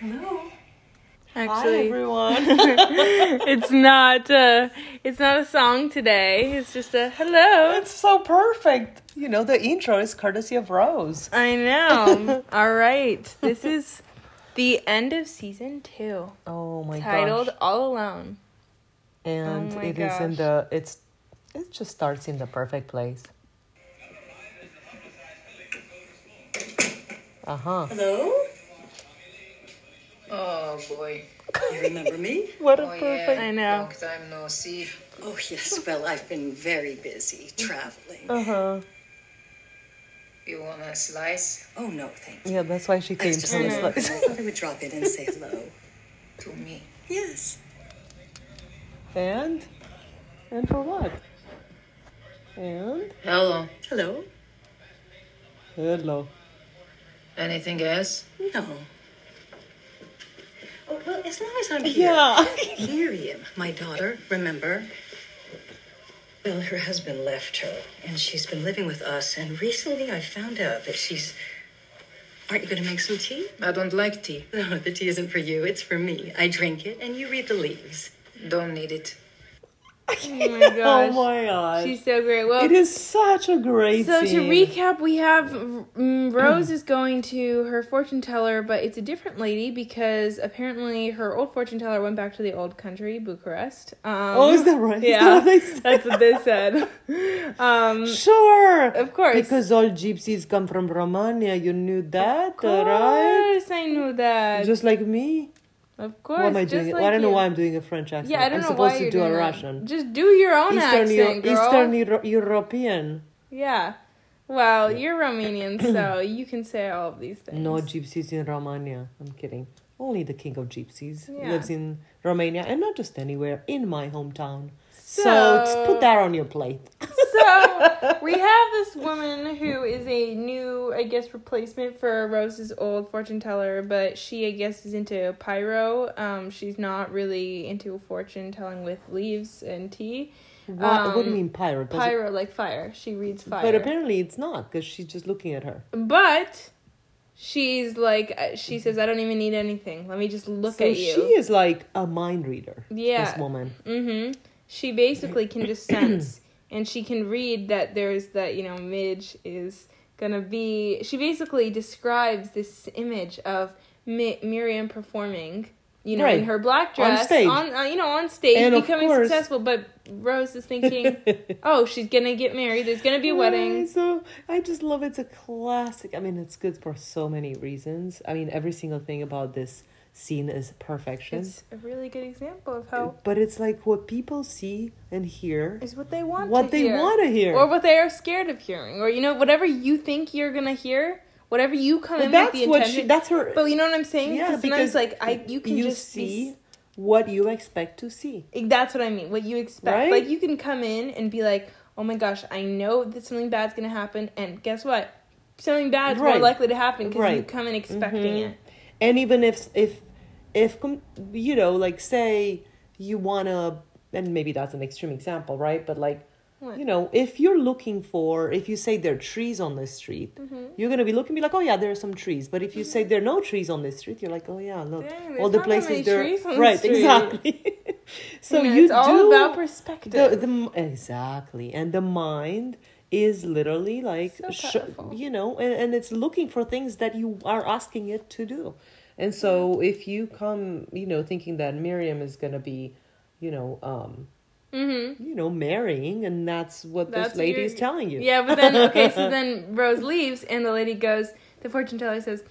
Hello. Actually, everyone. it's not. Uh, it's not a song today. It's just a hello. it's so perfect. You know, the intro is courtesy of Rose. I know. All right. This is the end of season two, Oh my titled gosh. "All Alone." And Oh my it is in gosh. the it's it just starts in the perfect place. Uh-huh. Hello? Oh boy. You remember me? What a Oh, perfect I yeah. know. Long time no see. Oh yes, well I've been very busy traveling. uh-huh. You want a slice? Oh no, thank you. Yeah, that's why she I came was just to wondering this if I thought I would drop in and say hello. To me. Yes. And and for what? And Hello. Hello? hello. Anything else? No. Oh well, as long as I'm here. Yeah. Miriam, my daughter, remember? Well, her husband left her, and she's been living with us, and recently I found out that she's Aren't you gonna make some tea? I don't like tea. No, the tea isn't for you, it's for me. I drink it and you read the leaves. Don't need it. Oh my Oh gosh. my god. She's so great. Well, it is such a great So to scene. recap, we have Hmm. mm, Rose is going to her fortune teller, but it's a different lady because apparently her old fortune teller went back to the old country, Bucharest. Um, Oh, is that right? Is Yeah, that what they said? that's what they said. Um, Sure. Of course. Because all gypsies come from Romania. You knew that, of right? course, I knew that. Just like me. of course, Why am I just doing it? like I don't know you. why I'm doing a French accent. Yeah, I don't am know supposed why to you're do doing a that. Russian. Just do your own Eastern, accent, Eu- girl. Eastern Euro- European. yeah. Well, you're Romanian, so you can say all of these things. No gypsies in Romania. I'm kidding. Only the king of gypsies Yeah. lives in Romania and not just anywhere, in my hometown. So, just So- put that on your plate. so we have this woman who is a new, I guess, replacement for Rose's old fortune teller, but she, I guess, is into pyro. Um, she's not really into fortune telling with leaves and tea. What, what do Um, you mean pirate? Does it- Pyro, like fire. She reads fire. But apparently it's not because she's just looking at her. But she's like, uh, she says, I don't even need anything. Let me just look so at she you. is like a mind reader. Yeah. This woman. Mm-hmm. She basically can just sense, and she can read that there's that you know Midge is gonna be. She basically describes this image of Mi- Miriam performing, you know, in Right. her black On dress stage. on uh, you know on stage, And of becoming course- successful. But Rose is thinking, oh, she's gonna get married. There's gonna be a Right, wedding. So I just love it's a classic. I mean, it's good for so many reasons. I mean, every single thing about this scene is perfection. It's a really good example of how But it's like what people see and hear, is what they want. what to they hear. want to hear. or what they are scared of hearing, or you know, whatever you think you're gonna hear, whatever you come But in that's with the what intention. she. That's her. but you know what I'm saying? yeah, because sometimes like I, you can just see see. what you expect to see. that's what I mean. What you expect, Right? like you can come in and be like, "Oh my gosh, I know that something bad's gonna happen," and guess what? Something bad's more Right. likely to happen because you Right. come in expecting Mhm. it. and even if if if com- you know like say you want to and maybe that's an extreme example right but like What? you know if you're looking for if you say there are trees on this street Mm-hmm. you're going to be looking be like oh yeah there are some trees but if you say there are no trees on this street you're like oh yeah look Dang, all the there's not that many places there trees on the right street. exactly so Yeah, you it's do all about perspective. the, the m- exactly and the mind is literally like So sh- powerful. you know and, and it's looking for things that you are asking it to do and so if you come you know thinking that miriam is going to be you know um mm-hmm. you know marrying and that's what That's this what lady you're- is telling you Yeah, but then okay, so then Rose leaves, and the lady goes. The fortune teller says.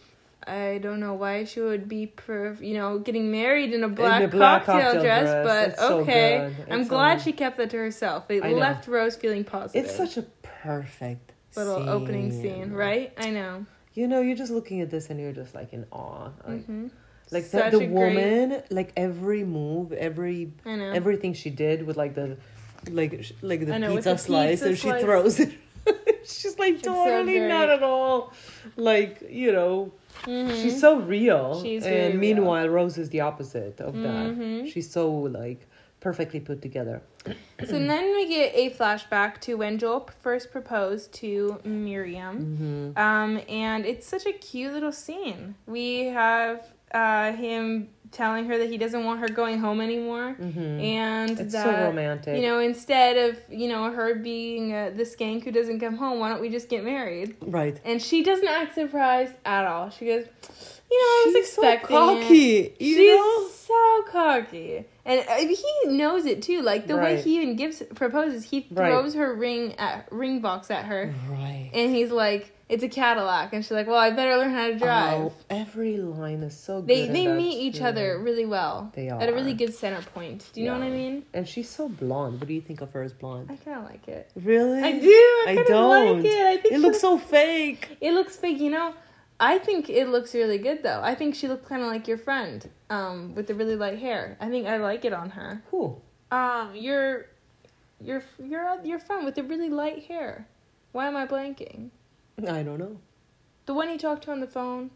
I don't know why she would be, per- you know, getting married in a black, black cocktail, cocktail dress, dress. but It's so okay. good. I'm It's glad so- she kept that to herself. It I know. left Rose feeling positive. it's such a perfect little opening scene, right? I know. you know you're just looking at this and you're just like in awe like, Mhm. like Such the, a the great- woman like every move every I know. everything she did with like the like sh- like the Uh-huh. I know, with pizza the slice pizza and she slice. throws it she's like so totally great. not at all like you know Mhm. she's so real She's very and meanwhile rose is the opposite of Mhm. that she's so like perfectly put together so Hmm. then we get a flashback to when Joel p- first proposed to Mm-hmm. Miriam. Um, and it's such a cute little scene. We have uh, him telling her that he doesn't want her going home anymore, and Mm-hmm. It's so that romantic. you know instead of you know her being uh, the skank who doesn't come home, why don't we just get married? Right. And she doesn't act surprised at all. She goes, you know, I was She's so expecting it." cocky. You She's know? so cocky. And I mean, he knows it too. Like the way Right. he even gives proposes, he Right. throws her ring at ring box at her, Right. and he's like, "It's a Cadillac," and she's like, "Well, I better learn how to drive." Oh, every line is so good. they in they that meet each show. other really well. They at a are. really good center point. Do you know what I Yeah. mean? And she's so blonde. What do you think of her as I blonde? kind of like it. Really? I do. I, kind don't. of like it. I think it she looks so fake. It looks fake, you know. I think it looks really good though. I think she looks kind of like your friend, um, with the really light hair. I think I like it on her. Cool. Um, your, your, your, your friend with the really light hair. Why am I blanking? I don't know. The one you talked to on the phone.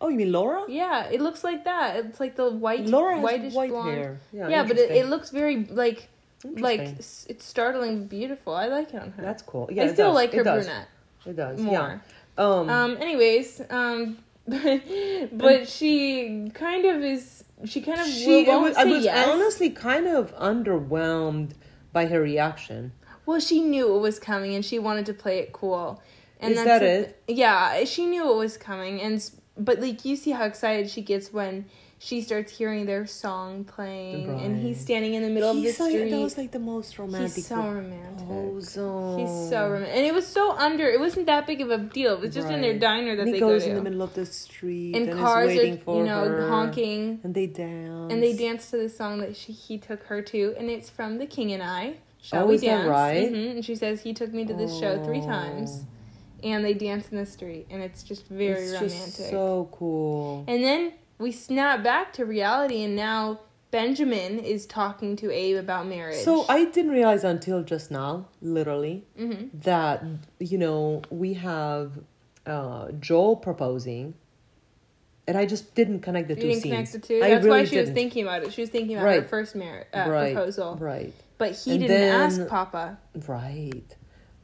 Oh, you mean Laura? Yeah, it looks like that. It's like the white, Laura has whitish white blonde. hair. Yeah, but it, it looks very like, interesting. like Interesting. s- it's startling beautiful. I like it on her. that's cool. Yeah, I it still does. like her it does. brunette It does. more. Yeah. Um, Um. Anyways. Um. but she kind of is. She kind of she. will, I won't was, say I was yes. honestly kind of underwhelmed by her reaction. Well, she knew it was coming, and she wanted to play it cool. And Is that the- Yeah, she knew it was coming, and s- but like you see how excited she gets when she starts hearing their song playing, and he's Right. standing in the middle He's of the like- street. That was like the most romantic. Oh, He's so romantic. proposal. He's so romantic, and it was so under. It wasn't that big of a deal. It was just in their Right. diner that And he they go goes to, in the middle of the street and is cars are waiting for you know her. honking. and they dance and they dance to the song that she, he took her to, and it's from The King and I. Shall Oh, we is that dance? right? hmm And she says he took me to this show three times, and they dance in the street, and it's just very It's romantic. just so cool. and then we snap back to reality, and now Benjamin is talking to Abe about marriage. So I didn't realize until just now, literally, Mm-hmm. that you know we have uh, Joel proposing, and I just didn't connect the you two didn't scenes. connect the two. I That's why really she was didn't. thinking about it. She was thinking about her Right. first marriage uh, right, proposal, Right, but he And didn't then- ask Papa. right.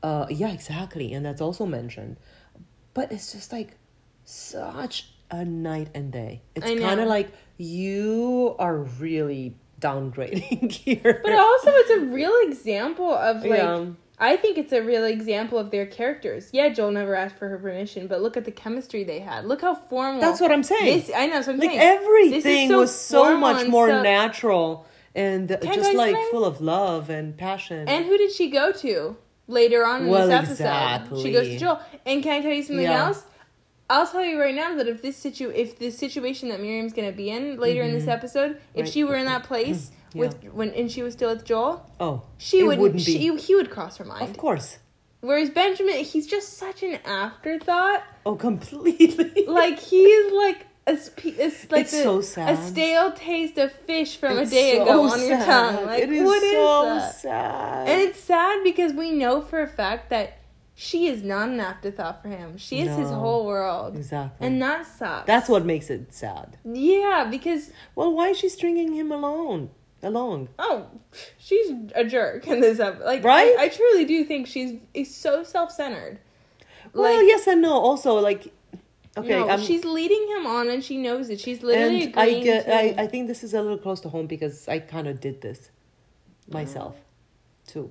Uh, yeah, exactly, and that's also mentioned. But it's just like such a night and day. It's I know. kind of like you are really downgrading here. But also, it's a real example of like Yeah. I think it's a real example of their characters. Yeah, Joel never asked for her permission, but look at the chemistry they had. Look how formal. That's what I'm saying. This, I know. So I'm like saying This everything is so was so formal much and more so- natural and I just guys like say- full of love and passion. And who did she go to later on in Well, this episode? exactly. She goes to Joel. And can I tell you something Yeah. else? I'll tell you right now that if this situ if the situation that Miriam's gonna be in later in this episode, if Mm-hmm. Right. Mm-hmm. she were in that place Yeah. with when and she was still with Joel, oh, she it would wouldn't be. she he would cross her of mind. course. Whereas Benjamin, he's just such an afterthought. Oh, completely. like he's like a sp- it's like It's a, so sad. a stale taste of fish from It's a day so ago on your sad. tongue. Like it is what is so that? sad. And it's sad because we know for a fact that she is not an afterthought for him. She is his No. whole world, exactly. and that sucks. that's what makes it sad. yeah, because Well, why is she stringing him alone? Along. oh, she's a jerk in this episode. Like, I- Right? I, truly do think she's is so self centered. well, yes and no. Also, like, okay, no, I'm, she's leading him on, and she knows it. She's literally and I agreeing get, to- I, I think this is a little close to home because I kind of did this myself too. at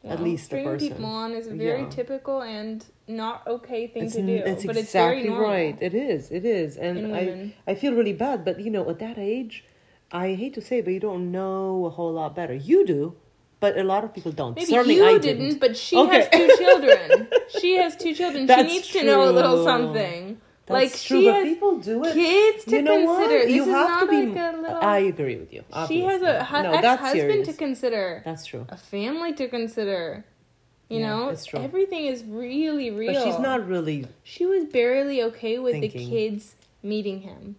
Mm-hmm. Well, least the bringing person. people on is a very Yeah. typical and not okay thing It's, to n- do. it's but exactly it's very normal. right. It is. It is. In And women. I, I feel really bad, but you know, at that age, I hate to say, it, but you don't know a whole lot better. You do, but a lot of people don't. Maybe Certainly, you I didn't, didn't. but she Okay. has two children. she has two children. That's she needs to know a little true. something. That's like true, she but has people do it. kids to you know consider. what? This you is have not to be. like a little. I agree with you. she has obviously. a hu- no, that's ex-husband serious. to consider, That's true. a family to consider. You Yeah, know, that's true. everything is really real. But she's not really She was barely okay with the Thinking. kids meeting him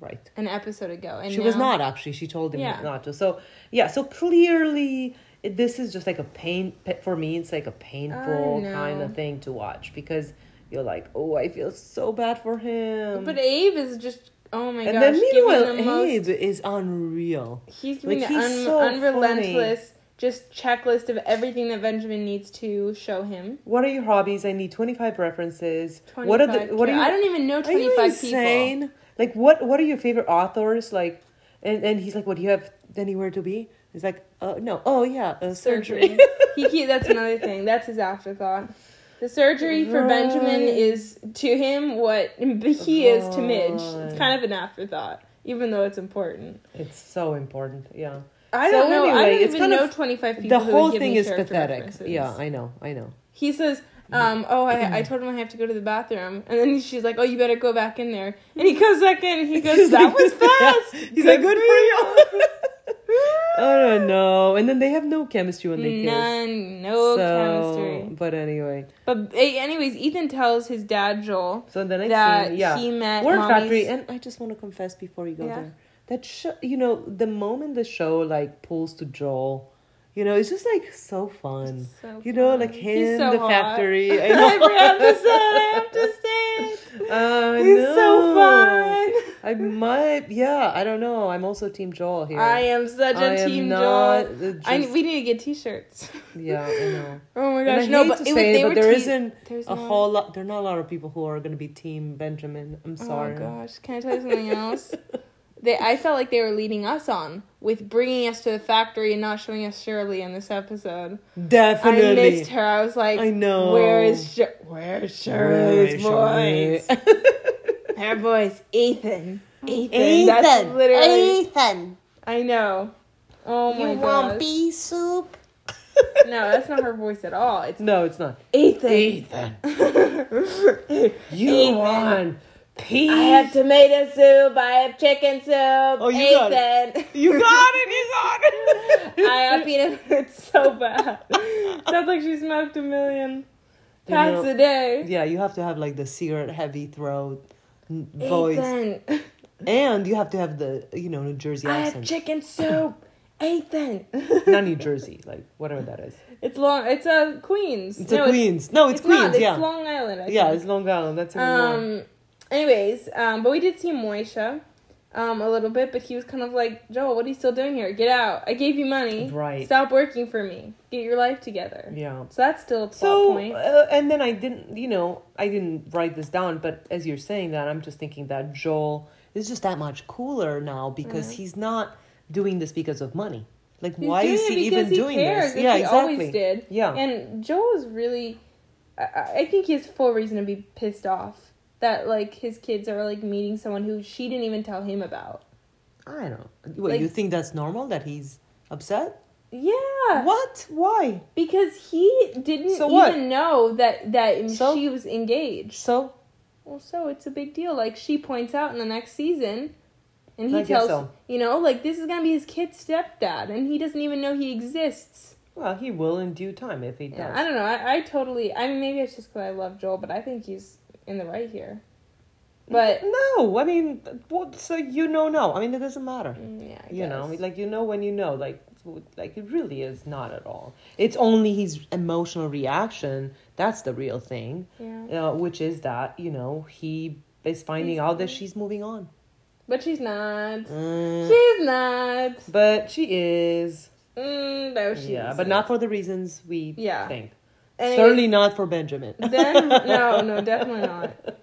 right. an episode ago, and She was now- not actually. She told him Yeah. not to. So yeah. So clearly, it, this is just like a pain pa- for me. It's like a painful know. kind of thing to watch because you're like, oh, I feel so bad for him. But Abe is just oh my and gosh, then giving meanwhile, the most- Abe is unreal. he's giving like, the he's un- so unrelentless just checklist of everything that Benjamin needs to show him. What are your hobbies? I need twenty five references. Twenty what are the? What are you? I don't even know Are you twenty five people. insane? Like what what are your favorite authors? Like and, and he's like, What do you have anywhere to be? He's like, Oh no, oh yeah, uh, surgery. he, he that's another thing. That's his afterthought. The surgery for Benjamin Right. is to him what he is to Midge. It's Right. kind of an afterthought, even though it's important. it's so important, yeah. I So don't know. I anyway, don't it's even kind know of- twenty five people. The who would whole give thing me is character pathetic. references. Yeah, Mm-hmm. I know, I know. He says, um, "Oh, I, I told him I have to go to the bathroom," and then she's like, "Oh, you better go back in there." And he comes back in. He goes, "That was fast." He's like, good for you. I don't know. And then they have no chemistry when they kiss. None, no So, chemistry. But anyway, But eh, anyways, Ethan tells his dad Joel so the next that scene, yeah, he met Word mommy's- Factory. And I just want to confess before you go Yeah. there that show, you know, the moment the show like pulls to Joel, you know, it's just like so fun. So you know, fun. like He's him, so the hot. factory. I know. Every episode, I have to say it. I He's so know. fun. I might, yeah, I don't know. I'm also Team Joel here. I am such I a am team not, Joel. uh, I, just- we need to get T-shirts. yeah, I know. Oh my And gosh! I No, hate but to it was, say it, they but were there te- not there's a not- whole lot. There are not a lot of people who are going to be Team Benjamin. I'm sorry. Oh gosh! Can I tell you something else? They, I felt like they were leading us on with bringing us to the factory and not showing us Shirley in this episode. Definitely. I missed her. I was like, I know. Where is Shir Where is Shirley's voice? Her voice, Ethan. Ethan. That's literally. Ethan, I know. Oh my you gosh. want pea soup? No, that's not her voice at all. It's No, it's not. Ethan. Ethan, you want peace? I have tomato soup. I have chicken soup. Oh, you Ethan. got you got it. You got it. I have peanut. It's so bad. Sounds like she smoked a million You packs know- a day. Yeah, you have to have like the cigarette heavy throat n- voice, Ethan. and you have to have the you know New Jersey I have accent. chicken soup. Ethan. not New Jersey, like whatever that is. It's long. It's uh, Queens. It's a Queens. no, it's, It's, Queens. not. It's yeah, Long Island. I yeah, think. it's Long Island. That's even more. Um. Anyways, um, but we did see Moisha, um, a little bit, but he was kind of like, Joel, what are you still doing here? Get out! I gave you money. Right. Stop working for me. Get your life together. Yeah. So that's still a Um, plot So, point. uh, and then I didn't, you know, I didn't write this down, but as you're saying that, I'm just thinking that Joel is just that much cooler now because he's not doing this because of money. Like, Mm-hmm. He's why doing is it he because even he doing cares, this? and Yeah, he exactly. Always did. Yeah. And Joel is really, I, I- I think he has full reason to be pissed off that like his kids are like meeting someone who she didn't even tell him about. I don't. Wait, Like- you think that's normal that he's upset? Yeah. What? Why? Because he didn't So what? even know that that So- she was engaged. So Well, so it's a big deal. Like she points out in the next season, and he I guess tells so. you know like this is gonna be his kid's stepdad, and he doesn't even know he exists. well, he will in due time if he does. Yeah, I don't know. I, I totally. I mean, maybe it's just because I love Joel, but I think he's in the right here. But no, I mean, what, so you know, no. I mean, it doesn't matter. mm, yeah, I you know guess. like you know when you know like like it really is not at all it's only his emotional reaction that's the real thing yeah. uh, which is that you know he is finding out that she's moving on But she's not. Mm, She's not. but she is Mm, no, she's yeah but not for the reasons we Yeah. think Anyways, certainly not for benjamin Oh then no, no, definitely not.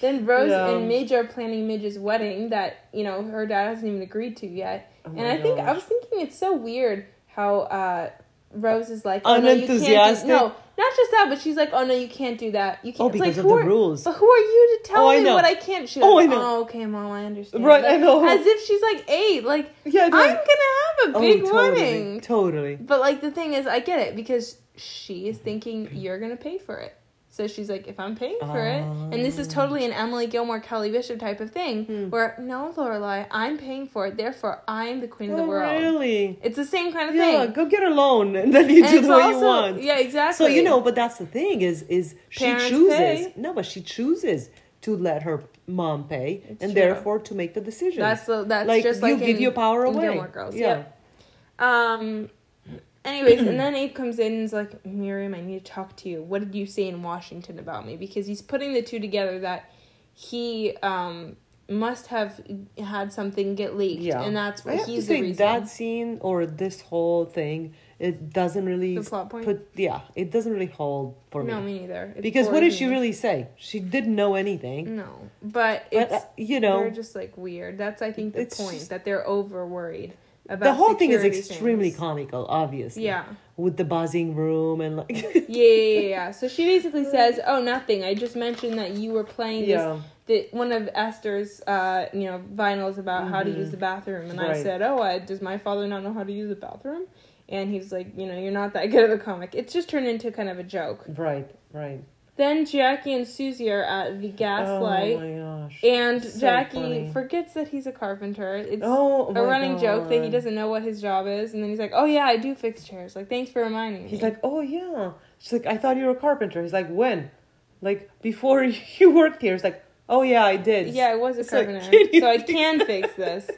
Then Rose Yeah. and Midge are planning Midge's wedding that you know her dad hasn't even agreed to yet, Oh my and I think I gosh. was thinking it's so weird how uh, Rose is like, oh, no, you can't Unenthusiastic? do, no, not just that, but she's like, oh no, you can't do that. You can't. oh It's because of like, who the are- rules But who are you to tell Oh, I me know. what I can't? She's Oh, like, I know. Oh, okay, mom, I understand. Right, Like, I know. As if she's like eight. Like yeah Oh, I'm gonna have a big totally, wedding. totally But like the thing is, I get it because she is thinking you're gonna pay for it. So she's like, if I'm paying for it, and this is totally Ah. an Emily Gilmore, Kelly Bishop type of thing, Hmm. where no, Lorelai, I'm paying for it. Therefore, I'm the queen of the Oh, world. really It's the same kind of yeah thing. go get a loan and then you And do it's the way you also- want Yeah, exactly. So you know, but that's the thing is is she Parents chooses pay. no, but she chooses to let her mom pay and true. therefore to make the decision. that's the, that's like, just you like give in- your power in away. Gilmore Girls. Yeah. Yep. Um. Anyways, and then Abe comes in and is like, Miriam, I need to talk to you. What did you say in Washington about me? Because he's putting the two together that he um must have had something get leaked, yeah, and that's I have to he's the say reason. that scene or this whole thing. It doesn't really The plot point? put yeah, it doesn't really hold for no, me. me neither. It Because what did bores she me. really say? She didn't know anything. No, but But Mm, it's uh, you they're know, just like weird. That's I think the It's point just- that they're over worried about the whole thing is security extremely things. comical, obviously. Yeah. With the buzzing room and like yeah, yeah, yeah, yeah. So she basically says, "Oh, nothing. I just mentioned that you were playing yeah, this, that one of Esther's, uh, you know, vinyls about how to use the bathroom." And I Mm-hmm. Right. said, "Oh, I, does my father not know how to use the bathroom?" And he's like, "You know, you're not that good of a comic." It's just turned into kind of a joke. right, right. Then Jackie and Susie are at the Oh gaslight, my gosh. and so Jackie funny. forgets that he's a carpenter. It's oh, my a running joke that he God. doesn't know what his job is, and then he's like, "Oh yeah, I do fix chairs. Like, thanks for reminding me." He's like, oh yeah. She's like, I thought you were a carpenter. He's like, when? Like before you worked here. He's like, oh yeah, I did. "Yeah, I was a It's like, carpenter, can you so I fix can fix this."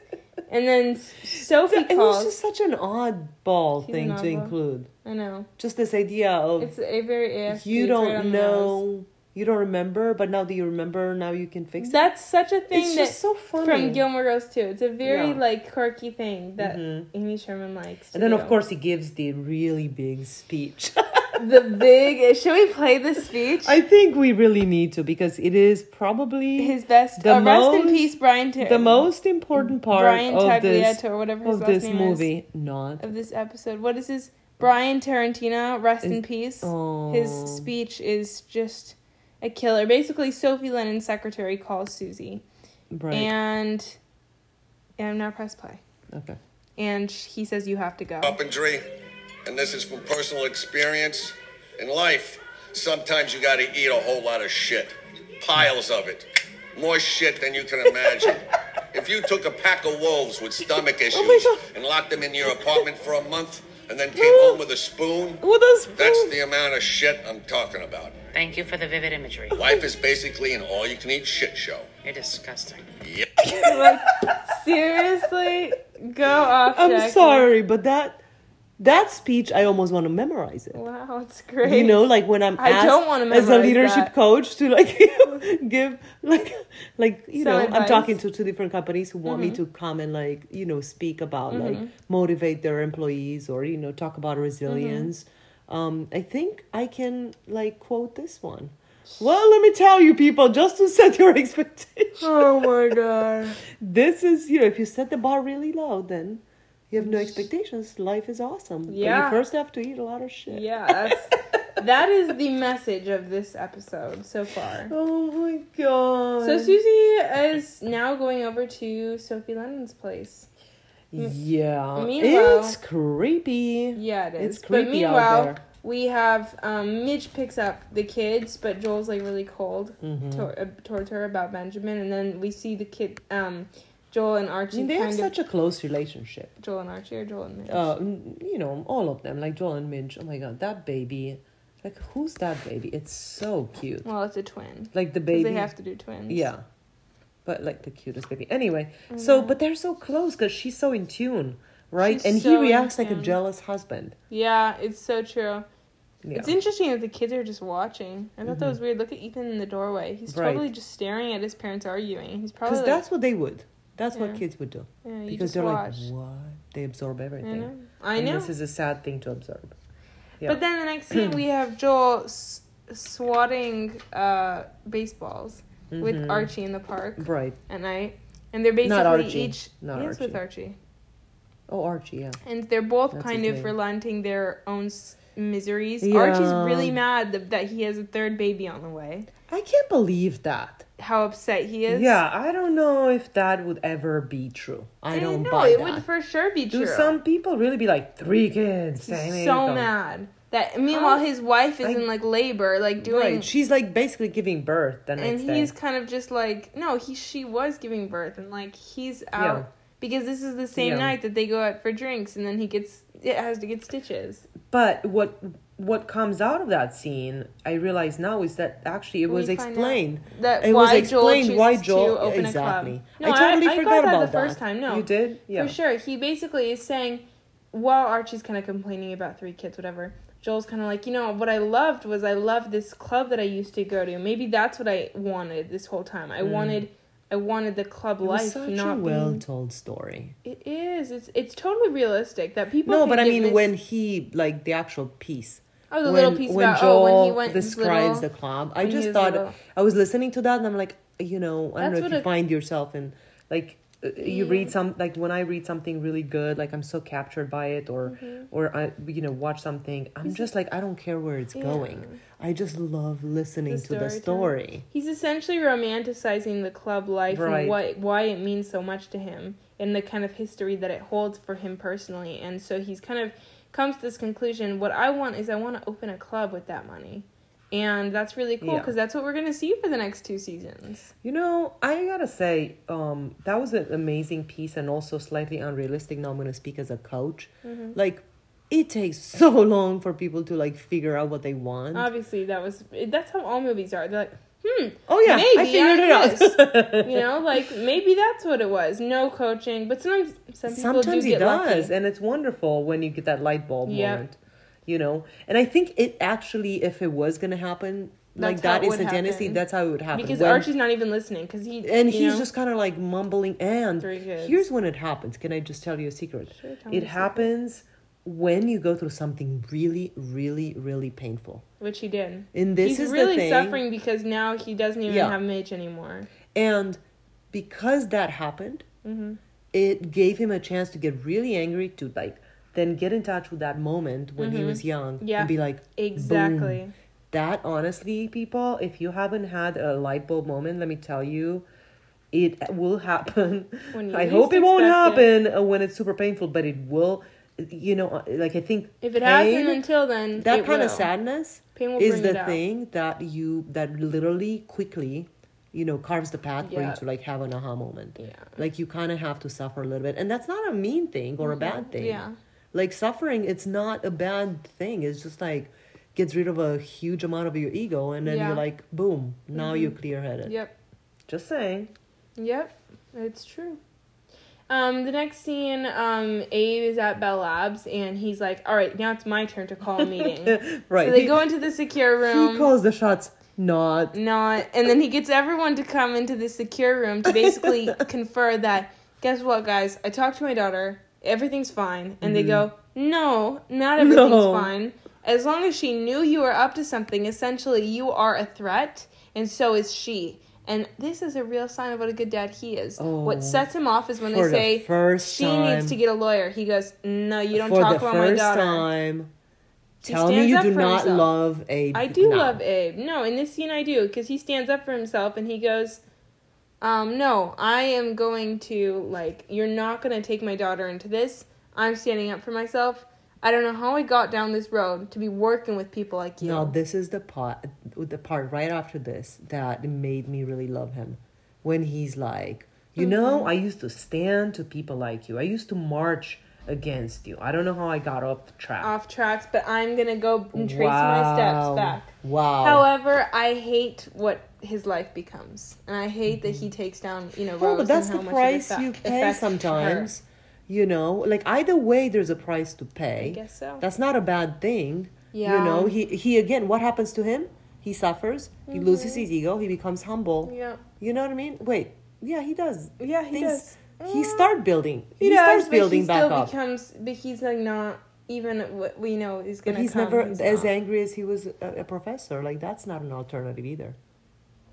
And then S- Sophie It was calls. just such an oddball He's thing an to oddball. include. I know Just this idea of it's a very AFC. you it's right on don't the nose. know, you don't remember, but now that you remember, now you can fix it. That's such a thing It's that just so funny. from Gilmore Girls too. It's a very Yeah. like quirky thing that Mhm. Amy Sherman likes. to and then do. of course he gives the really big speech. the big. Should we play the speech? I think we really need to because it is probably his best. The uh, rest in most- peace, Brian. Ter- the most important part Brian of this Tagliata or whatever his of last this name is. movie. Not of this episode. What is his Brian Tarantino, rest in Is- peace. oh. His speech is just a killer. Basically, Sophie Lennon's secretary calls Susie, Right. and and now press play. okay. And sh- he says, "You have to go." carpentry, and this is from personal experience in life. Sometimes you gotta eat a whole lot of shit. Piles of it. More shit than you can imagine. if you took a pack of wolves with stomach issues God. and locked them in your apartment for a month and then came home with a spoon, With a spoon. that's the amount of shit I'm talking about. Thank you for the vivid imagery. Life is basically an all you can eat shit show. You're disgusting. Yep. like, seriously, go off. I'm Jackie. sorry, but that that speech I almost want to memorize it. Wow, it's great. You know, like when I'm I asked don't wanna as a memorize leadership that. coach to like give like like you Some know I'm advice. Mm-hmm. talking to two different companies who want me to come and like you know speak about like motivate their employees or you know talk about Mm-hmm. resilience. Um, I think I can like quote this one. Well, let me tell you, people, just to set your expectations. Oh my god. this is you know if you set the bar really low then you have no expectations life is awesome but Yeah. you first have to eat a lot of shit Yeah, that's that is the message of this episode so far. oh my god So Susie is now going over to Sophie Lennon's place. yeah meanwhile- it's creepy Yeah, it is. It's creepy but out meanwhile, there. we have um, Midge picks up the kids, but Joel's like really cold Mm-hmm. to- uh, towards her about Benjamin, and then we see the kid, um, Joel and I Archie. mean, they kind have of, such a close relationship Joel and Archie or Joel and Midge. uh n- you know all of them like joel and minch oh my god that baby like who's that baby it's so cute well, it's a twin. like the 'Cause baby They have to do twins. Mm-hmm. yeah but like the cutest baby anyway so but they're so close because she's so in tune right She's and so he in reacts like a tune. jealous husband Yeah, it's so true. yeah. Mm-hmm. It's interesting that the kids are just watching. I thought that was weird. Look at Ethan in the doorway. He's Right. totally just staring at his parents arguing. He's probably Because like, that's what they would. That's Yeah. what kids would do. yeah, you because just they're watch. like, what? They absorb I everything. know. I And know. this is a sad thing to absorb. yeah. But then the next scene, we have Joel s- swatting uh, baseballs with Mm-hmm. Archie in the park Right. at night, and they're basically Archie. each Not yes with Archie. Archie, Oh, Archie, yeah. and they're both That's kind his of name. relenting their own s- miseries. Yeah. Archie's really mad th- that he has a third baby on the way. I can't believe that. How upset he is. Yeah, I don't know if that would ever be true. I I don't know buy Eh, it that. would for sure be do true. some people really be like, three kids? He's same so income?" mad that meanwhile Huh? his wife is I- in like labor, like doing Right. She's like basically giving birth the and next he's day. kind of just like no he she was giving birth and like he's out Yeah. because this is the same Yeah. night that they go out for drinks and then he gets it has to get stitches But what what comes out of that scene, I realize now, is that actually it was We find out explained. that It was why explained Joel why chooses Joel to open exactly. a club no I totally I, forgot got that about the that. first time no You did? Yeah. for sure he basically is saying while Archie's kind of complaining about three kids whatever Joel's kind of like you know what I loved was I loved this club that I used to go to maybe that's what I wanted this whole time I wanted I wanted the club Mm. It was life, such not a well being- told story. It is. It's it's totally realistic that people. No, could but I give mean this- when he like the actual piece. Oh, the when, little piece when about Joel oh when he went describes little, the club, I when he just was thought little. I was listening to that and I'm like, you know, I don't That's know if what you it- find yourself in like uh, you read some like when I read something really good, like I'm so captured by it, or Mm-hmm. or I you know watch something, I'm just like I don't care where it's going. I just love listening to the storytelling. story. He's essentially romanticizing the club life Right. and what why it means so much to him and the kind of history that it holds for him personally. And so he's kind of comes to this conclusion. What I want is I want to open a club with that money, and that's really cool Yeah. because that's what we're gonna see for the next two seasons. You know, I gotta say, um, that was an amazing piece and also slightly unrealistic. Now I'm gonna speak as a coach. Mm-hmm. Like, it takes so long for people to like figure out what they want. Obviously, that was that's how all movies are. They're like, hmm, oh yeah, I maybe figured I it out. you know, like maybe that's what it was. No coaching, but sometimes some people Sometimes do he get does, lucky. and it's wonderful when you get that light bulb Yep. moment. You know, and I think it actually, if it was gonna happen like That's how that, it is would a tendency. happen. That's how it would happen. because When- Archie's not even listening because he and you he's know, just kind of like mumbling and Three kids. here's when it happens can i just tell you a secret Sure, tell me a it secret. happens when you go through something really really really painful which he did. and this he's is really the thing suffering because now he doesn't even Yeah. have Mitch anymore. and because that happened Mm-hmm. it gave him a chance to get really angry to like then get in touch with that moment when he was young Mm-hmm. Yeah. and be like boom. Exactly. that honestly people if you haven't had a light bulb moment let me tell you it will happen When you i least hope it won't expect it. happen uh, when it's super painful but it will you know uh, like i think If it pain- hasn't until then, that it kind will. of sadness Pain will is bring the it out. thing that you that literally quickly you know carves the path for you Yeah. to like have an aha moment Yeah. like you kind of have to suffer a little bit and that's not a mean thing or a bad thing Mm-hmm. Yeah. like suffering it's not a bad thing it's just like gets rid of a huge amount of your ego and then Yeah. Mm-hmm. you're like boom now you're clear-headed Yep. just saying Yep. It's true. Um, the next scene, um, Abe is at Bell Labs and he's like, "All right, now it's my turn to call a meeting." right So they he, go into the secure room. he calls the shots not not and then he gets everyone to come into the secure room to basically confer that guess what guys i talked to my daughter everything's fine and they go no not everything's Mm-hmm. No. fine as long as she knew you were up to something essentially you are a threat and so is she and this is a real sign of what a good dad he is Oh. what sets him off is when For they the say first she time. needs to get a lawyer he goes no you don't for talk the about my first daughter time He tell me stands you up do for not himself. love a I do no. love Abe. No, in this scene I do because he stands up for himself and he goes, um, "No, I am going to like. You're not going to take my daughter into this. I'm standing up for myself. I don't know how I got down this road to be working with people like you." Now this is the part, the part right after this that made me really love him, when he's like, you Mm-hmm. know, I used to stand to people like you. I used to march against you. I don't know how I got off the track. off tracks, but I'm gonna go and trace my Wow. steps back. Wow. However, I hate what his life becomes, and I hate that he takes down you know. oh, Rose but that's and the how much it price affect- you pay affects her. sometimes. You know, like either way, there's a price to pay. I guess so. That's not a bad thing. You Yeah. know, he he again. What happens to him? He suffers. He loses his ego. He becomes humble. Mm-hmm. Yeah. You know what I mean? Wait. Yeah, he does. Yeah, he does. He start building. He, does, starts but he building back still up. Becomes, but he's like not even what we know is but gonna. he's come, never as not. angry as he was a, a professor. Like that's not an alternative either.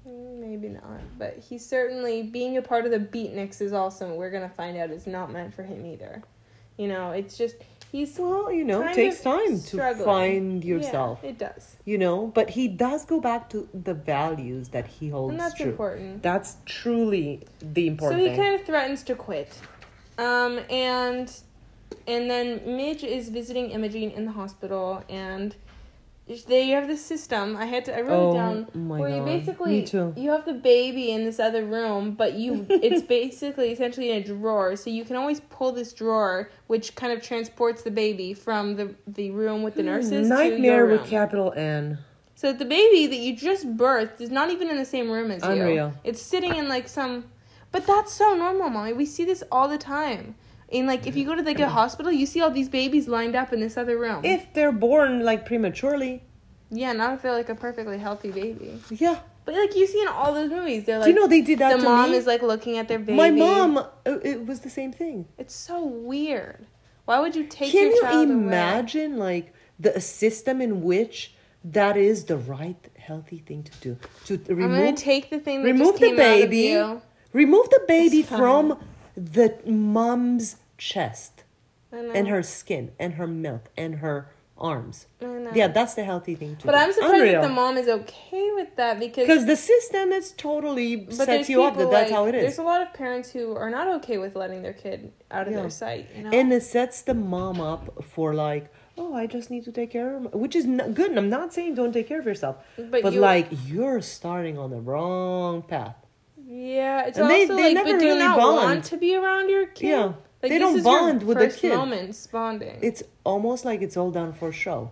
Mm, Maybe not, but he's certainly being a part of the beatniks is also we're gonna find out is not meant for him either. You know, it's just he's Well, you know, kind takes of time to struggling. find Yeah, yourself. it does, you know, but he does go back to the values that he holds and that's true. important. That's truly the So important he thing. kind of threatens to quit, um, and and then Midge is visiting Imogene in the hospital, and they have this system. I had to I wrote Oh, it down my where you God. basically Me too. you have the baby in this other room, but you it's basically essentially in a drawer, so you can always pull this drawer, which kind of transports the baby from the the room with the nurses to your Hmm, Nightmare room. with capital N. So the baby that you just birthed is not even in the same room as you. Unreal. It's sitting in like some but that's so normal, mommy. We see this all the time. And like if you go to like a hospital, you see all these babies lined up in this other room. If they're born like prematurely, yeah, not if they're like a perfectly healthy baby. yeah, But like you see in all those movies, they're like you know they did that to The mom me? is like looking at their baby. My mom, uh, it was the same thing. It's so weird. Why would you take Can your you child imagine like the system in which that is the right healthy thing to do to away? I'm gonna remove take the thing that remove just the came baby out of you. remove the baby It's fine. from the mom's chest I know. and her skin and her milk and her arms know. yeah that's the healthy thing to Mm. But do I'm surprised Unreal. that the mom is okay with that because because the system is totally but sets there's you up people, that that's like, how it is There's a lot of parents who are not okay with letting their kid out of Yeah. their sight. You know? and it sets the mom up for like oh i just need to take care of my-" which is not good and i'm not saying don't take care of yourself but, But you- like you're starting on the wrong path yeah, it's and also they- they like, never but do you really not bond. want to be around your kid? Yeah. They Like, this don't is your bond with their first kid. Moments bonding. it's almost like it's all done for show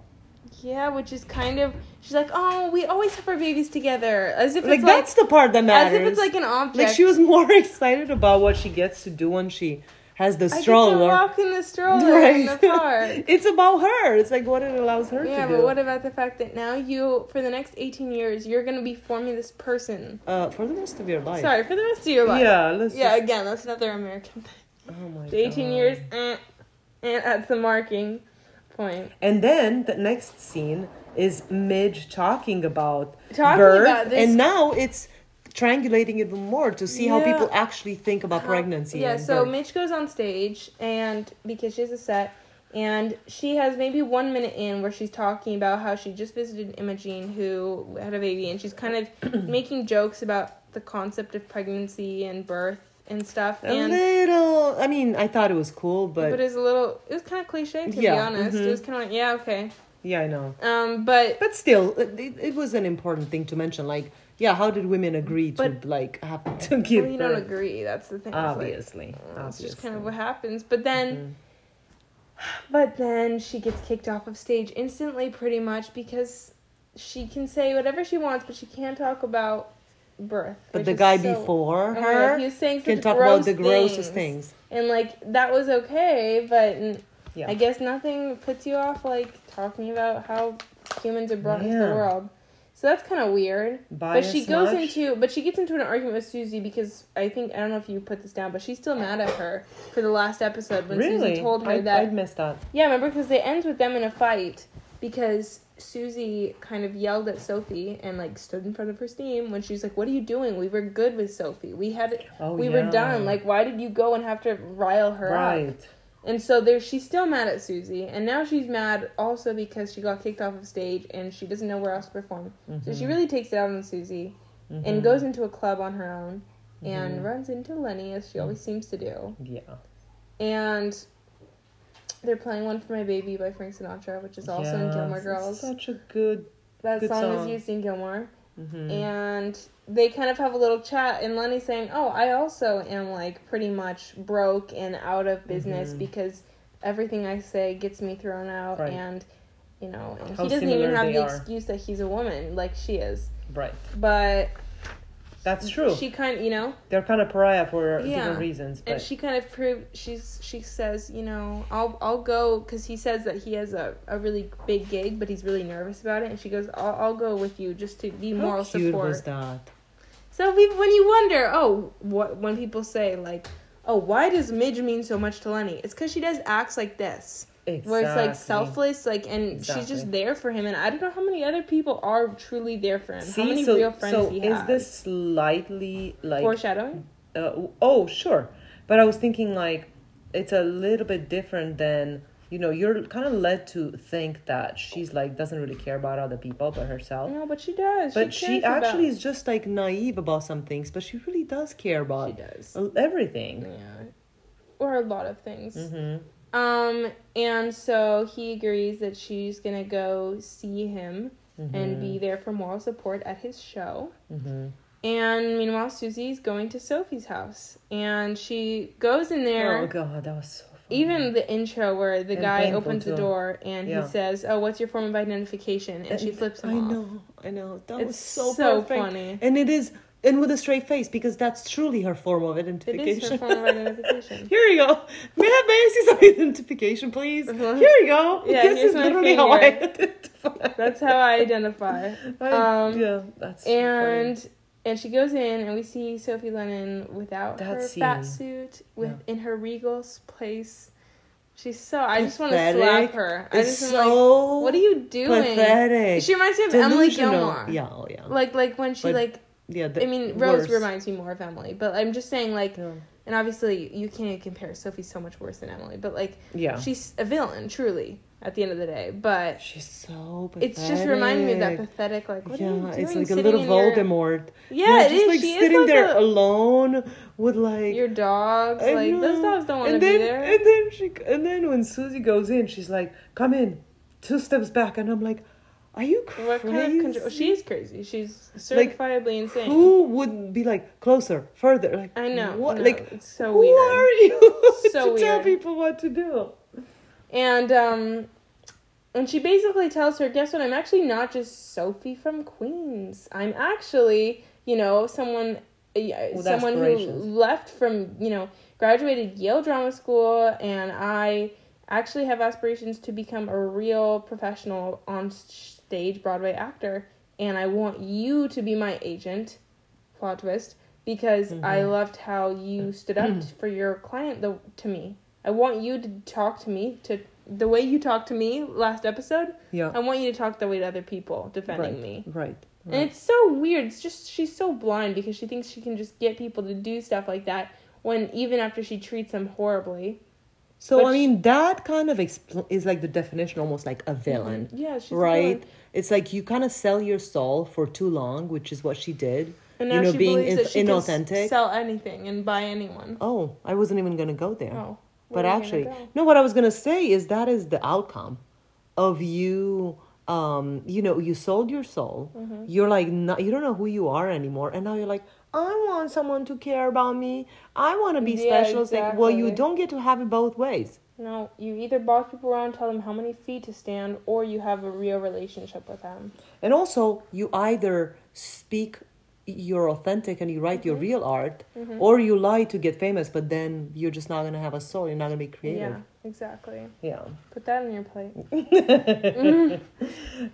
yeah, which is kind of she's like, oh, we always have our babies together, as if like, it's that's the part that as matters if it's like an object. Like, she was more excited about what she gets to do when she has the I get to stroller walk in the stroller in the park. it's about her it's like what it allows her yeah, to do but what about the fact that now you, for the next eighteen years, you're gonna be forming this person? uh, for the rest of your life Sorry for the rest of your life. yeah let's Yeah, just- again, that's another American thing. oh my The 18 God. years, eh, eh, that's the marking point. And then the next scene is Midge talking about Talking birth, about this- and now it's triangulating even more to see how Yeah. people actually think about pregnancy. Um, Yeah, and so birth. Mitch goes on stage, and because she has a set, and she has maybe one minute in where she's talking about how she just visited Imogene, who had a baby, and she's kind of making jokes about the concept of pregnancy and birth and stuff. a and little. I mean, I thought it was cool, but, but it was a little, it was kind of cliche to be Yeah, mm-hmm. honest. It was kind of like, yeah, okay. yeah, I know. Um, but But still, it, it, it was an important thing to mention. Like, yeah, how did women agree to But- like have to give well, you birth? don't agree. That's the thing. It's like- Obviously, That's obviously. just kind of what happens. But then, Mm-hmm. but then she gets kicked off of stage instantly, pretty much, because she can say whatever she wants, but she can't talk about birth. but which the is guy so- before Oh my God, her he was saying can such talk about gross the grossest things. and like that was okay, but n- Yeah. I guess nothing puts you off like talking about how humans are brought into Yeah. the world. So that's kind of weird. but she Bias goes much? into, but she gets into an argument with Susie because I think I don't know if you put this down, but she's still mad at her for the last episode when Really, Susie told her I, that. I missed that. yeah, remember because they ends with them in a fight because Susie kind of yelled at Sophie and like stood in front of her steam when she's like, "What are you doing? We were good with Sophie. We had, Oh, we yeah. were done. Like, why did you go and have to rile her up?" Right. And so there, she's still mad at Susie, and now she's mad also because she got kicked off of stage and she doesn't know where else to perform. So Mm-hmm. she really takes it out on Susie, and goes into a club on her own, and Mm-hmm. runs into Lenny as she always seems to do. Yeah. And they're playing "One for My Baby" by Frank Sinatra, which is also in Yes, Gilmore it's Girls. Such a good That good song, song. is used in Gilmore, Mm-hmm. and they kind of have a little chat, and Lenny's saying, "Oh, I also am like pretty much broke and out of business because everything I say gets me thrown out, Mm-hmm. Right. and you know, and How he doesn't even similar have they the are. excuse that he's a woman like she is, right. but That's true. she kind, you know, They're kind of pariah for Yeah. different reasons, but and she kind of proved she's she says you know i'll i'll go because he says that he has a, a really big gig but he's really nervous about it and she goes i'll, I'll go with you just to be how moral cute support was that? So we, when you wonder, oh, what when people say like, oh, why does Midge mean so much to Lenny? It's because she does acts like this, where it's like Exactly. selfless, like, and she's just Exactly. there for him. And I don't know how many other people are truly there for him. how many so, real friends so he is has. this slightly like foreshadowing? uh, oh sure but i was thinking like it's a little bit different than you know you're kind of led to think that she's like doesn't really care about other people but herself No, but Mm, she does. but she cares about- actually is just like naive about some things but she really does care about She does. everything Yeah. Or a lot of things. Mm-hmm. Um, and so he agrees that she's gonna go see him and Mm-hmm. be there for moral support at his show. And meanwhile, Susie's going to Sophie's house, and she goes in there. oh god that was so funny. Even the intro where the And guy painful, opens too. the door and Yeah. he says, "Oh, what's your form of identification?" and she flips him I off. know, I know. That was It's so, so perfect. funny. And it is and with a straight face because that's truly her form of It identification. is her form of identification. Here you go. May I, may I see some identification, please? Uh-huh. Here you go. Yeah, this here's is my literally how I finger. identify. That's how I identify. I- Um, yeah, that's and and she goes in and we see Sophie Lennon without That her scene. fat suit with Yeah. in her regal s- place. She's so I just want to slap Pathetic. her. I It's just am so like, what are you doing? pathetic. She reminds me of Emily delusional. Gilmore. Yeah, oh yeah, Like like when she But like yeah. the- I mean Rose worse. reminds me more of Emily, but I'm just saying like Yeah. and obviously you can't even compare Sophie so much worse than Emily, but like Yeah. she's a villain truly at the end of the day, but She's so pathetic. it's just reminding me of that pathetic like what are you Yeah, doing? it's like a sitting little in your- Voldemort. Yeah, You're it just is. like She is sitting like there a- alone with like Your dogs, I like those know. dogs don't want to And be then- there. And then she, and then when Susie goes in, she's like, "Come in," two steps back, and I'm like, "Are you crazy?" what kind of control? She's crazy. She's Like, certifiably insane. Who would be like closer, further? Like I know. What? no, like it's so who weird. are you So to tell weird. people what to do? And um, and she basically tells her, "Guess what? I'm actually not just Sophie from Queens. I'm actually, you know, someone, uh, yeah, With someone who aspirations. left from, you know, graduated Yale Drama School, and I actually have aspirations to become a real professional on stage Broadway actor. And I want you to be my agent." Plot twist. Because I Mm-hmm. loved how you stood up for your client the, to me. I want you to talk to me to the way you talked to me last episode. Yeah. I want you to talk the way to other people defending right, me. right. And it's so weird. It's just she's so blind because she thinks she can just get people to do stuff like that when even after she treats them horribly. So But I she- mean, that kind of expl- is like the definition, almost like a villain. Mm-hmm. Yeah, she's a right. villain. It's like you kind of sell your soul for too long, which is what she did. And now you know, she being believes in- that she inauthentic. can sell anything and buy anyone. oh, I wasn't even gonna go there. Oh, but where were you gonna actually, go? no. What I was gonna say is that is the outcome of you. Um, you know, you sold your soul. Mm-hmm. You're like, not, you don't know who you are anymore, and now you're like, I want someone to care about me. I want to be Yeah, special. It's like, well, you exactly. don't get to have it both ways. No, you either boss people around, tell them how many feet to stand, or you have a real relationship with them. And also, you either speak your authentic and you write your Mm-hmm. real art, or you lie to get famous, but then you're just not gonna have a soul. You're not gonna be Yeah, creative. exactly. Yeah. Put that on your plate. It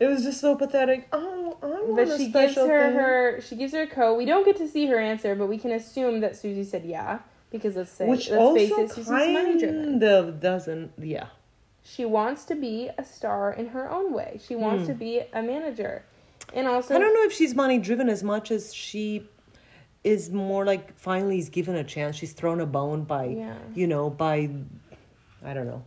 was just so pathetic. Oh, I want But she gives her her she gives her a coat. We don't get to see her answer, but we can assume that Susie said yeah because let's say which let's face it, also Susie's money driven. kind of doesn't. Yeah. She wants to be a star in her own way. She wants to be a manager, and also Hmm. I don't know if she's money driven as much as she is more like finally is given a chance. She's thrown a bone by Yeah. you know by I don't know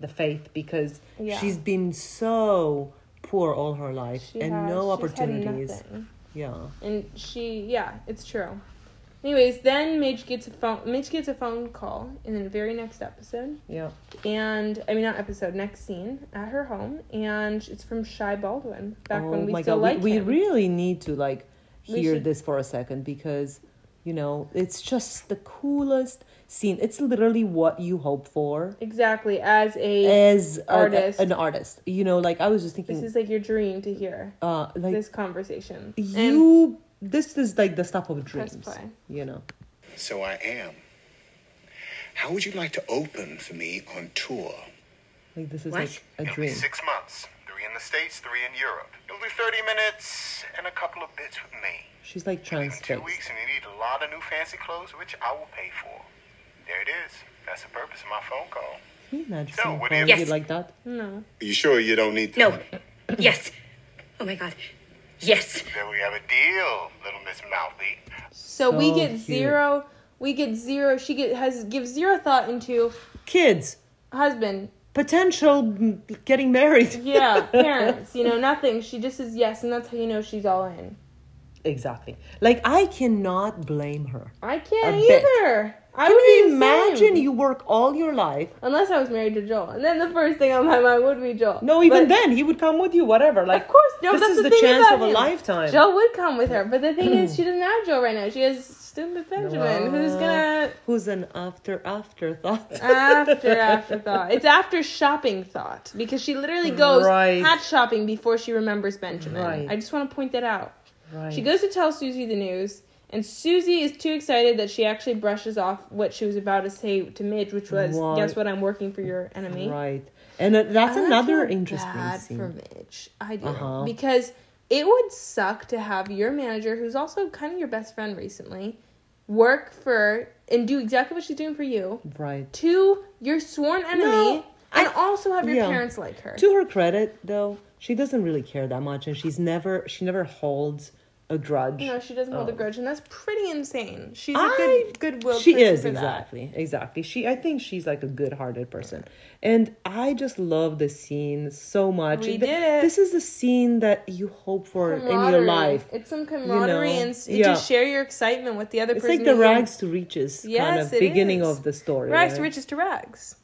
the faith because Yeah. she's been so poor all her life she and has- no she's had opportunities. nothing. Yeah, And she yeah, it's true. Anyways, then Midge gets a phone. Midge gets a phone call in the very next episode. yeah. and I mean not episode, next scene at her home, and it's from Shy Baldwin back oh when we my still god, liked we, we him. really need to like We hear should- this for a second because you know it's just the coolest scene. It's literally what you hope for exactly as a as a- Artist. an artist. You know, like I was just thinking, this is like your dream to hear uh, like this conversation. And you this is like the stuff of Press dreams play. you know So I am. How would you like to open for me on tour? like this is What? like a It'll be dream six months. Three in the States, three in Europe. You'll do 30 minutes and a couple of bits with me. she's like In two transfixed weeks, and you need a lot of new fancy clothes, which I will pay for. There it is. That's the purpose of my phone call. can you imagine So, someone what calling if- you Yes. like that no, You sure you don't need to? No. Mm. Yes. Oh my God. Yes. There we have a deal, little Miss Mouthy. so, we So get cute. zero. We get zero. She get has gives zero thought into kids husband. potential mm, getting married Yeah, parents. You know nothing. She just says yes, and that's how you know she's all in. exactly like i cannot blame her I can't A bit. either. I can would you imagine you work all your life Unless I was married to Joel, and then the first thing on my mind would be Joel. no even But- then he would come with you whatever like Of course, no. this that's is the, the, thing chance about of a him. lifetime Hmm. Joe would come with her, but the thing is, she doesn't have Joe right now. She has stupid Benjamin, who's gonna who's an after afterthought after afterthought. It's after shopping thought because she literally goes Right. hat shopping before she remembers Benjamin. Right. I just want to point that out. right. She goes to tell Susie the news, And Susie is too excited that she actually brushes off what she was about to say to Midge, which was, What? "Guess what? I'm working for your enemy." Right. And uh, that's I another feel interesting bad scene. for Midge. I do Uh-huh. because it would suck to have your manager, who's also kind of your best friend recently, work for and do exactly what she's doing for you Right. to your sworn enemy, No, and I- also have your yeah. parents like her. To her credit, though, she doesn't really care that much, and she's never she never holds a grudge. no, she doesn't hold a grudge, and that's pretty insane. She's a Oh. I- good, goodwill. She person is for that. exactly, exactly. She, I think she's like a good-hearted person, and I just love this scene so much. We Th- did it. This is the scene that you hope for in your Camaraderie. life. it's some camaraderie know? and s- Yeah. to share your excitement with the other It's person. like the who you- rags to riches kind Yes, of it beginning is. of the story. rags to right? riches to rags.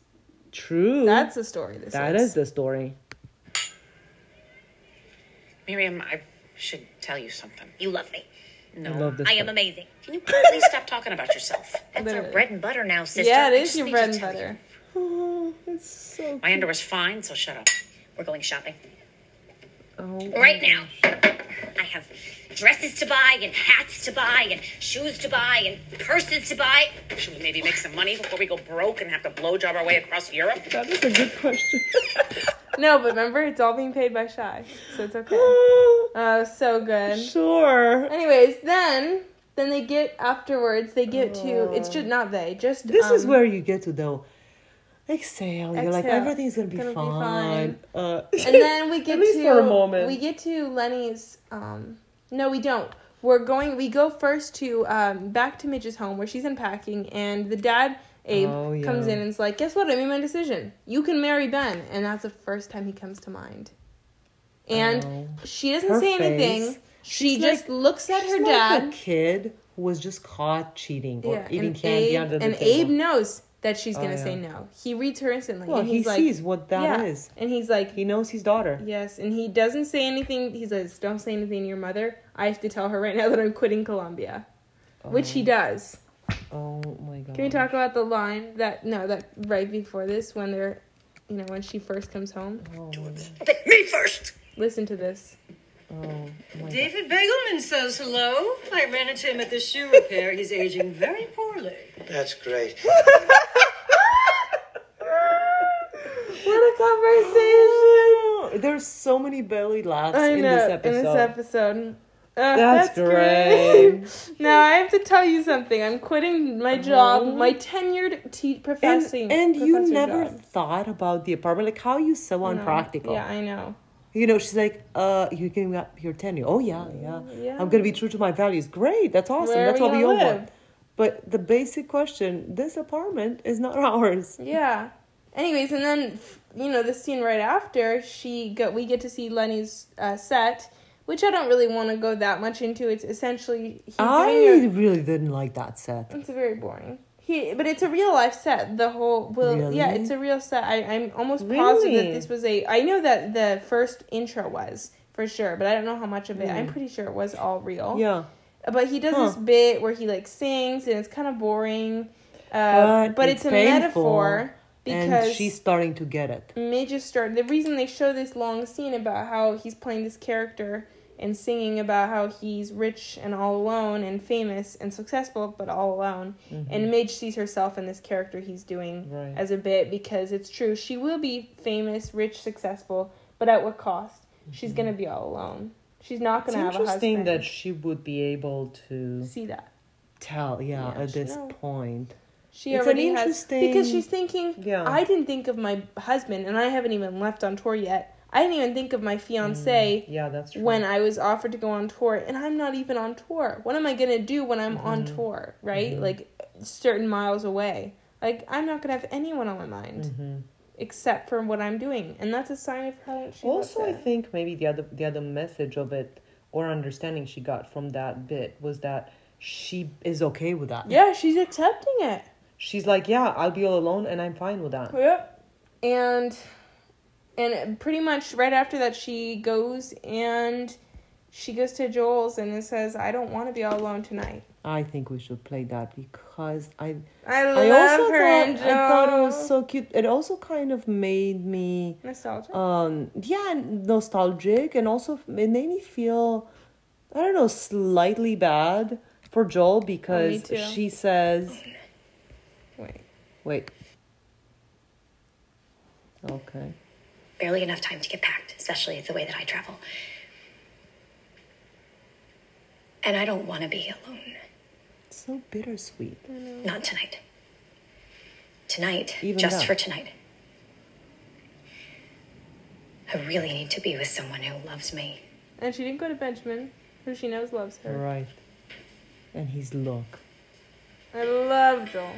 True. That's the story. This that is. is the story. Miriam, I should tell you something. You love me. No. I love this. I am part. amazing. Can you please stop talking about yourself? That's Literally. our bread and butter now, sister. Yeah, it I is just your need to bread and tell you. butter. Oh, it's so. My underwear's fine, so shut up. We're going shopping. Oh, Right now, I have dresses to buy, and hats to buy, and shoes to buy, and purses to buy. Should we maybe make some money before we go broke and have to blowjob our way across Europe? that is a good question. No, but remember, it's all being paid by Shy, so it's okay. Uh, so good. Oh, sure. Anyways, then then they get afterwards. They get to it's just not they just This is um, where you get to though. Exhale. You're like Exhale. everything's gonna be Gonna be fine. Uh, and then we get at least to for a moment. we get to Lenny's. Um, no, we don't. We're going. We go first to um back to Midge's home where she's unpacking, and the dad Abe Oh, yeah. comes in and's like, "Guess what? I made my decision. You can marry Ben," and that's the first time he comes to mind. know. And she doesn't Her say face. anything. She She's just like- looks at she's her like dad. a kid who was just caught cheating or Yeah, eating and candy Abe, under the and table. Oh, Abe knows that she's gonna yeah. say no. He reads her instantly. well, and he he's like, sees what that is. yeah. and he's like, He knows his daughter. yes, and he doesn't say anything. He says, "Don't say anything to your mother. I have to tell her right now that I'm quitting Colombia," which he does. Oh my god. Can we talk about the line that no, that right before this when they're, you know, when she first comes home? But me first. Listen to this. Oh my god. David Begelman says hello. I ran into him at the shoe repair. He's aging very poorly. That's great. What a conversation! There's so many belly laughs I in know, this episode. In this episode. Uh, That's great. now I have to tell you something. I'm quitting my job, Oh. my tenured te- And, professing. and you professor never job. thought about the apartment, like how you so No. unpractical. Yeah, I know. You know, she's like, uh, you're giving up your tenure. Oh yeah, yeah. Mm, Yeah. I'm gonna be true to my values. Great, that's awesome. Where are that's we what we gonna all want. live? But the basic question: This apartment is not ours. Yeah. Anyways, and then you know the scene right after she go, we get to see Lenny's uh, set, which I don't really want to go that much into. It's essentially he's I doing really didn't like that set. a- it's very boring. He, but it's a real life set. The whole will, yeah, Really? it's a real set. I, I'm almost positive Really? that this was a. I know that the first intro was for sure, but I don't know how much of it. I'm pretty sure it was all real. Mm. Yeah, But he does Huh. this bit where he like sings, and it's kind of boring. Uh, But but it's it's, a painful, metaphor because and she's starting to get it. Midge is starting. The reason they show this long scene about how he's playing this character and singing about how he's rich and all alone and famous and successful, but all alone. And Midge sees herself in this character he's doing Mm-hmm. Right. as a bit because it's true. She will be famous, rich, successful, but at what cost? She's going to be all alone. She's not Mm-hmm. It's going to have a interesting husband. that she would be able to See that. tell. Yeah, Yeah, at she this knows. point. She It's an already has because interesting- she's thinking. Yeah. I didn't think of my husband, and I haven't even left on tour yet. I didn't even think of my fiance Yeah, that's true. when I was offered to go on tour, and I'm not even on tour. What am I gonna do when I'm on Mm-hmm. tour? Right, like certain miles away. Like I'm not gonna have anyone on my mind Mm-hmm. except for what I'm doing, and that's a sign of how she. also, I I think think maybe the other the other message of it or understanding she got from that bit was that she is okay with that. yeah, she's accepting it. She's like, yeah, I'll be all alone, and I'm fine with that. Yep. And and pretty much right after that she goes and she goes to Joel's and it says, I don't want to be all alone tonight. I think we should play that because I I love I also her and thought, Joel. I thought it was so cute. It also kind of made me nostalgic. um yeah nostalgic and also it made me feel I don't know slightly bad for Joel because Oh, too. she says. Wait. Wait. Okay. Barely enough time to get packed, especially the way that I travel. And I don't want to be alone. So bittersweet. Mm-hmm. Not tonight. Tonight, Even just that. for tonight. I really need to be with someone who loves me. And she didn't go to Benjamin, who she knows loves her. Right. And his look. I love Joel.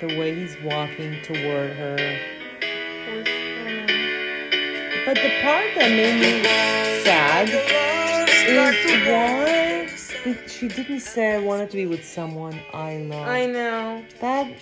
The way he's walking toward her. But the part that made me sad is why did- she didn't say I wanted to be with someone I love. I know. That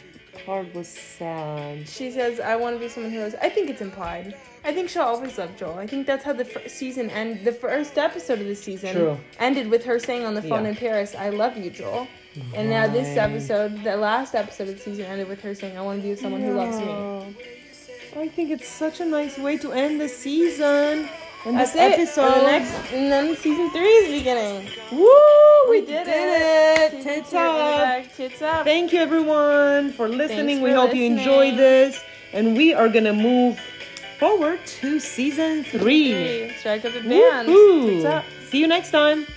part was sad. She says, I want to be someone who loves. I think it's implied. I think she'll always love Joel. I think that's how the fir- season end. The first episode of the season True. ended with her saying on the phone Yeah. in Paris, "I love you, Joel." And now this Right. episode, the last episode of the season, ended with her saying, "I want to be with someone who loves me." I think it's such a nice way to end the season. And this That's it. episode. And, the next, and then season three is beginning. Woo! We, We did, did it! Season Tits two in the up! bag, Tits up. Thank you everyone for listening. Thanks we for hope you listening. enjoy this. And we are gonna move forward to season three. Strike up a band. Woohoo! Tits up. See you next time.